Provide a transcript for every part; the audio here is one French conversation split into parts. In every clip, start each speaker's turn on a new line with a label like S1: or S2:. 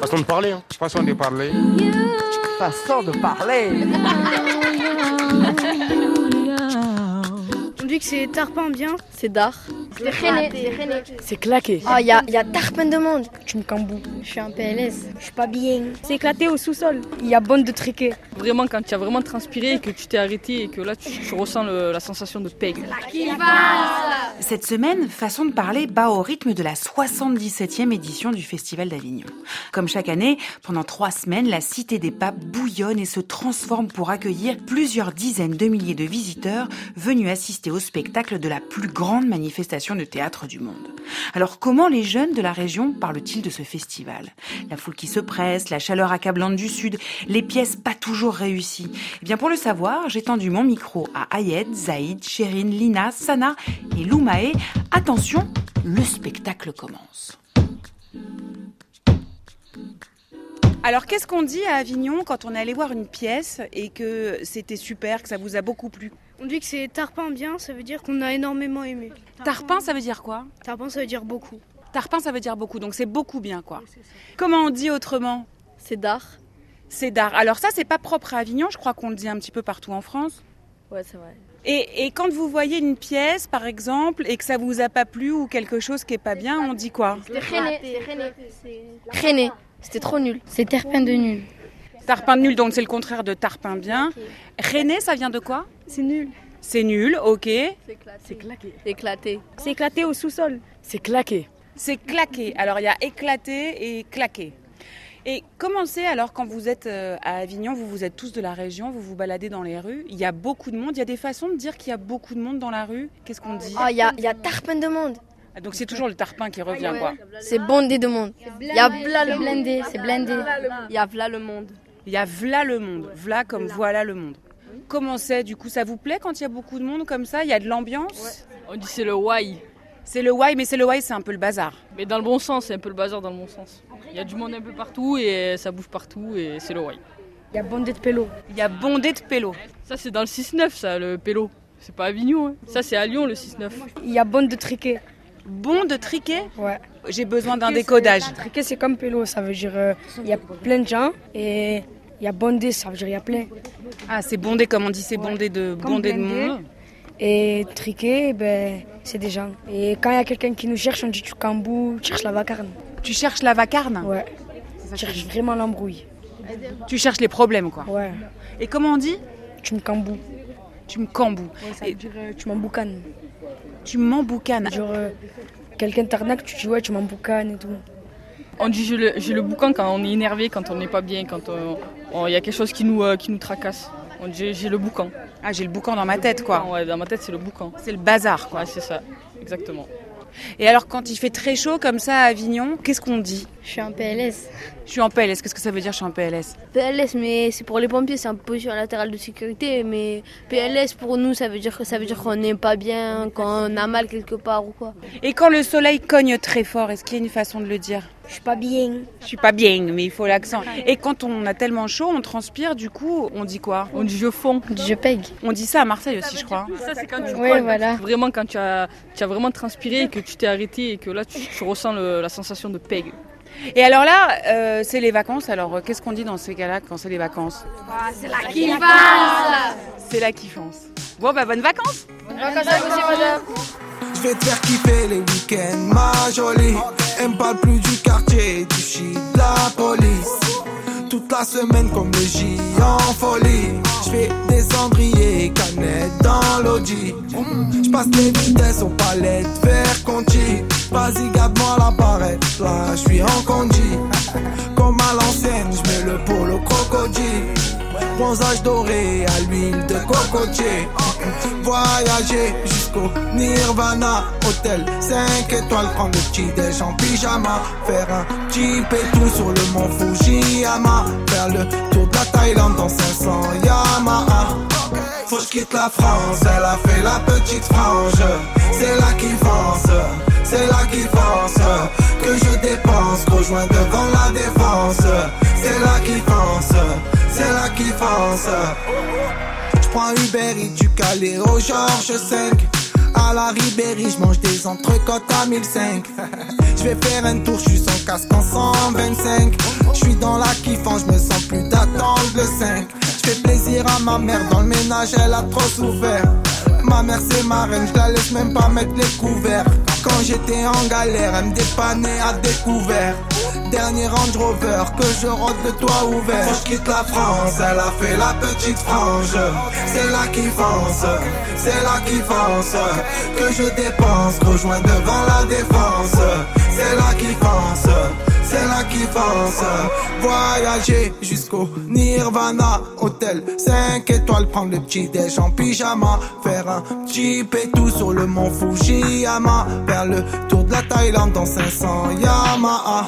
S1: Façon de parler, hein. Façon de parler.
S2: Façon de parler.
S3: On dit que c'est tarpin bien.
S4: C'est d'art. Ah,
S3: C'est rené.
S4: C'est claqué.
S3: Oh, il y a, y a tarpin de monde.
S4: Tu me camboues.
S3: Je suis un PLS. Je suis pas bien.
S4: C'est éclaté au sous-sol. Il y a bande de triquets. Vraiment, quand tu as vraiment transpiré et que tu t'es arrêté et que là, tu, tu ressens le- la sensation de peigle.
S5: Cette semaine, Façon de parler bat au rythme de la 77e édition du Festival d'Avignon. Comme chaque année, pendant trois semaines, la Cité des Papes bouillonne et se transforme pour accueillir plusieurs dizaines de milliers de visiteurs venus assister au spectacle de la plus grande manifestation de théâtre du monde. Alors comment les jeunes de la région parlent-ils de ce festival La foule qui se presse, la chaleur accablante du Sud, les pièces pas toujours réussies. Eh bien pour le savoir, j'ai tendu mon micro à Ayed, Zaïd, Chérine, Lina, Sana et Loumae. Attention, le spectacle commence.
S6: Alors, qu'est-ce qu'on dit à Avignon quand on est allé voir une pièce et que c'était super, que ça vous a beaucoup plu
S3: On dit que c'est tarpin bien, ça veut dire qu'on a énormément aimé.
S6: Tarpin, ça veut dire quoi
S3: Tarpin, ça veut dire beaucoup.
S6: Tarpin, ça veut dire beaucoup, donc c'est beaucoup bien, quoi. Comment on dit autrement
S4: C'est d'art.
S6: C'est d'art. Alors ça, c'est pas propre à Avignon, je crois qu'on le dit un petit peu partout en France.
S4: Ouais, c'est vrai.
S6: Et, et quand vous voyez une pièce, par exemple, et que ça vous a pas plu ou quelque chose qui est pas bien, on dit quoi
S3: René. C'était trop nul. C'est terpin de nul.
S6: Tarpin de nul, donc c'est le contraire de tarpin bien. René, ça vient de quoi
S4: C'est nul.
S6: C'est nul, ok.
S4: C'est claqué. Éclaté. C'est éclaté au sous-sol. C'est claqué.
S6: C'est claqué. Alors il y a éclaté et claqué. Et comment c'est alors quand vous êtes euh, à Avignon, vous vous êtes tous de la région, vous vous baladez dans les rues, il y a beaucoup de monde, il y a des façons de dire qu'il y a beaucoup de monde dans la rue, qu'est-ce qu'on dit
S3: Oh, il y a, y a tarpin de monde.
S6: Ah, Donc c'est toujours le tarpin qui revient quoi.
S3: C'est bondé de monde. Il y a bla le blindé. C'est blindé.
S4: Il y a là le monde.
S6: Il y a v'là le monde, v'là comme voilà le monde. Comment c'est du coup ça vous plaît quand il y a beaucoup de monde comme ça, il y a de l'ambiance
S7: On dit c'est le why.
S6: C'est le why mais c'est le why c'est un peu le bazar.
S7: Mais dans le bon sens, c'est un peu le bazar dans le bon sens. Il y a du monde un peu partout et ça bouge partout et c'est le why.
S4: Il y a bande de pélo.
S6: Il y a bondé de pélo.
S7: Ça, c'est dans le 6-9, ça, le pélo. C'est pas Avignon, hein. ça c'est à Lyon le 6-9.
S4: Il y a bande de triquets.
S6: Bon de triquet
S4: Ouais.
S6: J'ai besoin d'un décodage.
S4: Triquet, c'est comme pélo. Ça veut dire euh, il y a plein de gens et il y a bondé. Ça veut dire il y a plein.
S6: Ah c'est bondé comme on dit, c'est bondé de
S4: Comme
S6: bondé de
S4: blindé.
S6: monde.
S4: Et triquet, ben, c'est des gens. Et quand il y a quelqu'un qui nous cherche, on dit tu cambou, tu cherches la vacarne.
S6: Tu cherches la vacarne
S4: Ouais. Tu cherches vraiment l'embrouille.
S6: Tu cherches les problèmes, quoi.
S4: Ouais.
S6: Et comment on dit
S4: Tu me cambou.
S6: Tu me camboues.
S4: Ça veut dire euh, tu m'emboucanes.
S6: Tu m'emboucanes.
S4: Genre, euh, quelqu'un t'arnaque, tu dis ouais, tu m'emboucanes et tout.
S7: On dit j'ai le, j'ai le boucan quand on est énervé, quand on n'est pas bien, quand on- on- il y a quelque chose qui nous, euh, qui nous tracasse. On dit j'ai le boucan.
S6: Ah, j'ai le boucan dans ma tête, quoi.
S7: Ouais, dans ma tête, c'est le boucan.
S6: C'est le bazar, quoi.
S7: Ouais, c'est ça, exactement.
S6: Et alors, quand il fait très chaud comme ça à Avignon, qu'est-ce qu'on dit
S3: Je suis un PLS.
S6: Je suis en PLS. Qu'est-ce que ça veut dire, je suis en PLS
S8: PLS, mais c'est pour les pompiers, c'est un position latérale de sécurité. Mais PLS pour nous, ça veut dire que ça veut dire qu'on n'est pas bien, qu'on a mal quelque part ou quoi.
S6: Et quand le soleil cogne très fort, est-ce qu'il y a une façon de le dire
S3: Je suis pas bien.
S6: Je suis pas bien, mais il faut l'accent. Et quand on a tellement chaud, on transpire, du coup, on dit quoi
S7: On dit je fonds.
S3: Je pègue.
S6: On dit ça à Marseille aussi, je crois.
S7: Ça, c'est quand tu
S3: Ouais,
S7: colles,
S3: voilà.
S7: quand tu- vraiment quand tu as, tu as vraiment transpiré et que tu t'es arrêté et que là tu, tu ressens le- la sensation de peg.
S6: Et alors là, euh, c'est les vacances. Alors, euh, qu'est-ce qu'on dit dans ces cas-là quand c'est les vacances C'est la kiffance Bon, bah, bonnes vacances
S9: Je vais te faire kiffer les week-ends, ma jolie. Elle me parle plus du quartier, du shit, de la police. Toute la semaine comme le J en folie. Je fais des cendriers et canettes dans l'audi. Je passe les vitesses aux palettes vers Conti. Vas-y, garde-moi la barrette, là je suis en Conti. Comme à l'ancienne, je mets le polo crocodile. Bronzage doré à l'huile de cocotier. Voyager jusqu'au Nirvana, hôtel 5 étoiles, prendre le petit déj en pyjama. Faire un petit pétou sur le mont Fujiyama. Faire le tour de la Thaïlande dans 500 Yamaha. Faut que je quitte la France, elle a fait la petite frange. C'est là qui fonce, c'est là qui fonce. Que je dépense, rejoins devant la défense. C'est là qui fonce, c'est là qui fonce. J'prends Uber et du Calais au Georges 5 À la Ribéry, j'mange des entrecôtes à 1005 Je vais faire un tour, je suis sans casque en 125. Je suis dans la kiffance, je me sens plus d'attendre le 5. Je fais plaisir à ma mère, dans le ménage elle a trop souffert. Ma mère c'est ma reine, je la laisse même pas mettre les couverts. Quand j'étais en galère, elle me dépannait à découvert. Dernier Range Rover que je rentre le toit ouvert. Faut que je quitte la France, elle a fait la petite frange. C'est là qui fonce, c'est là qui fonce. Que je dépense, rejoins devant la défense. C'est là qui fonce, c'est là qui fonce. Voyager jusqu'au Nirvana, hôtel 5 étoiles, prendre le petit déj en pyjama. Faire un petit pétou sur le mont Fujiyama. Faire le tour de la Thaïlande dans 500 Yamaha.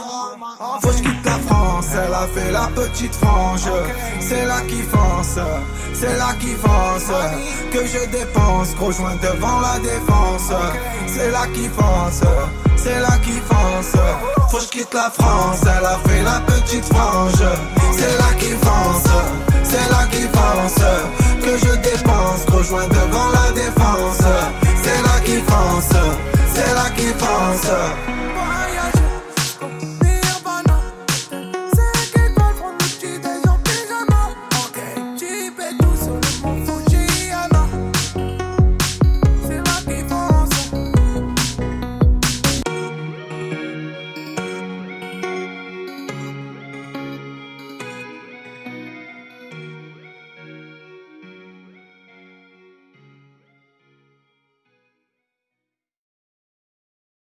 S9: Faut que je quitte la France, elle a fait la petite frange. C'est là qui fonce, c'est là qui fonce. Que je dépense, rejoins devant la défense. C'est là qui fonce, c'est là qui fonce. Faut que je quitte la France, elle a fait la petite frange. C'est là qui fonce, c'est là qui fonce. Que je dépense, rejoins devant la défense. C'est là qui fonce, c'est là qui fonce.